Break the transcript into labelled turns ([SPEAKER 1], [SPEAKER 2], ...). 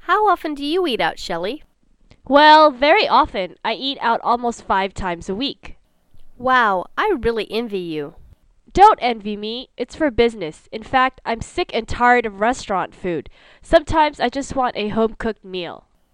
[SPEAKER 1] How often do you eat out, Shelley?
[SPEAKER 2] Well, very often. I eat out almost five times a week.
[SPEAKER 1] Wow, I really envy you.
[SPEAKER 2] Don't envy me. It's for business. In fact, I'm sick and tired of restaurant food. Sometimes I just want a home cooked meal.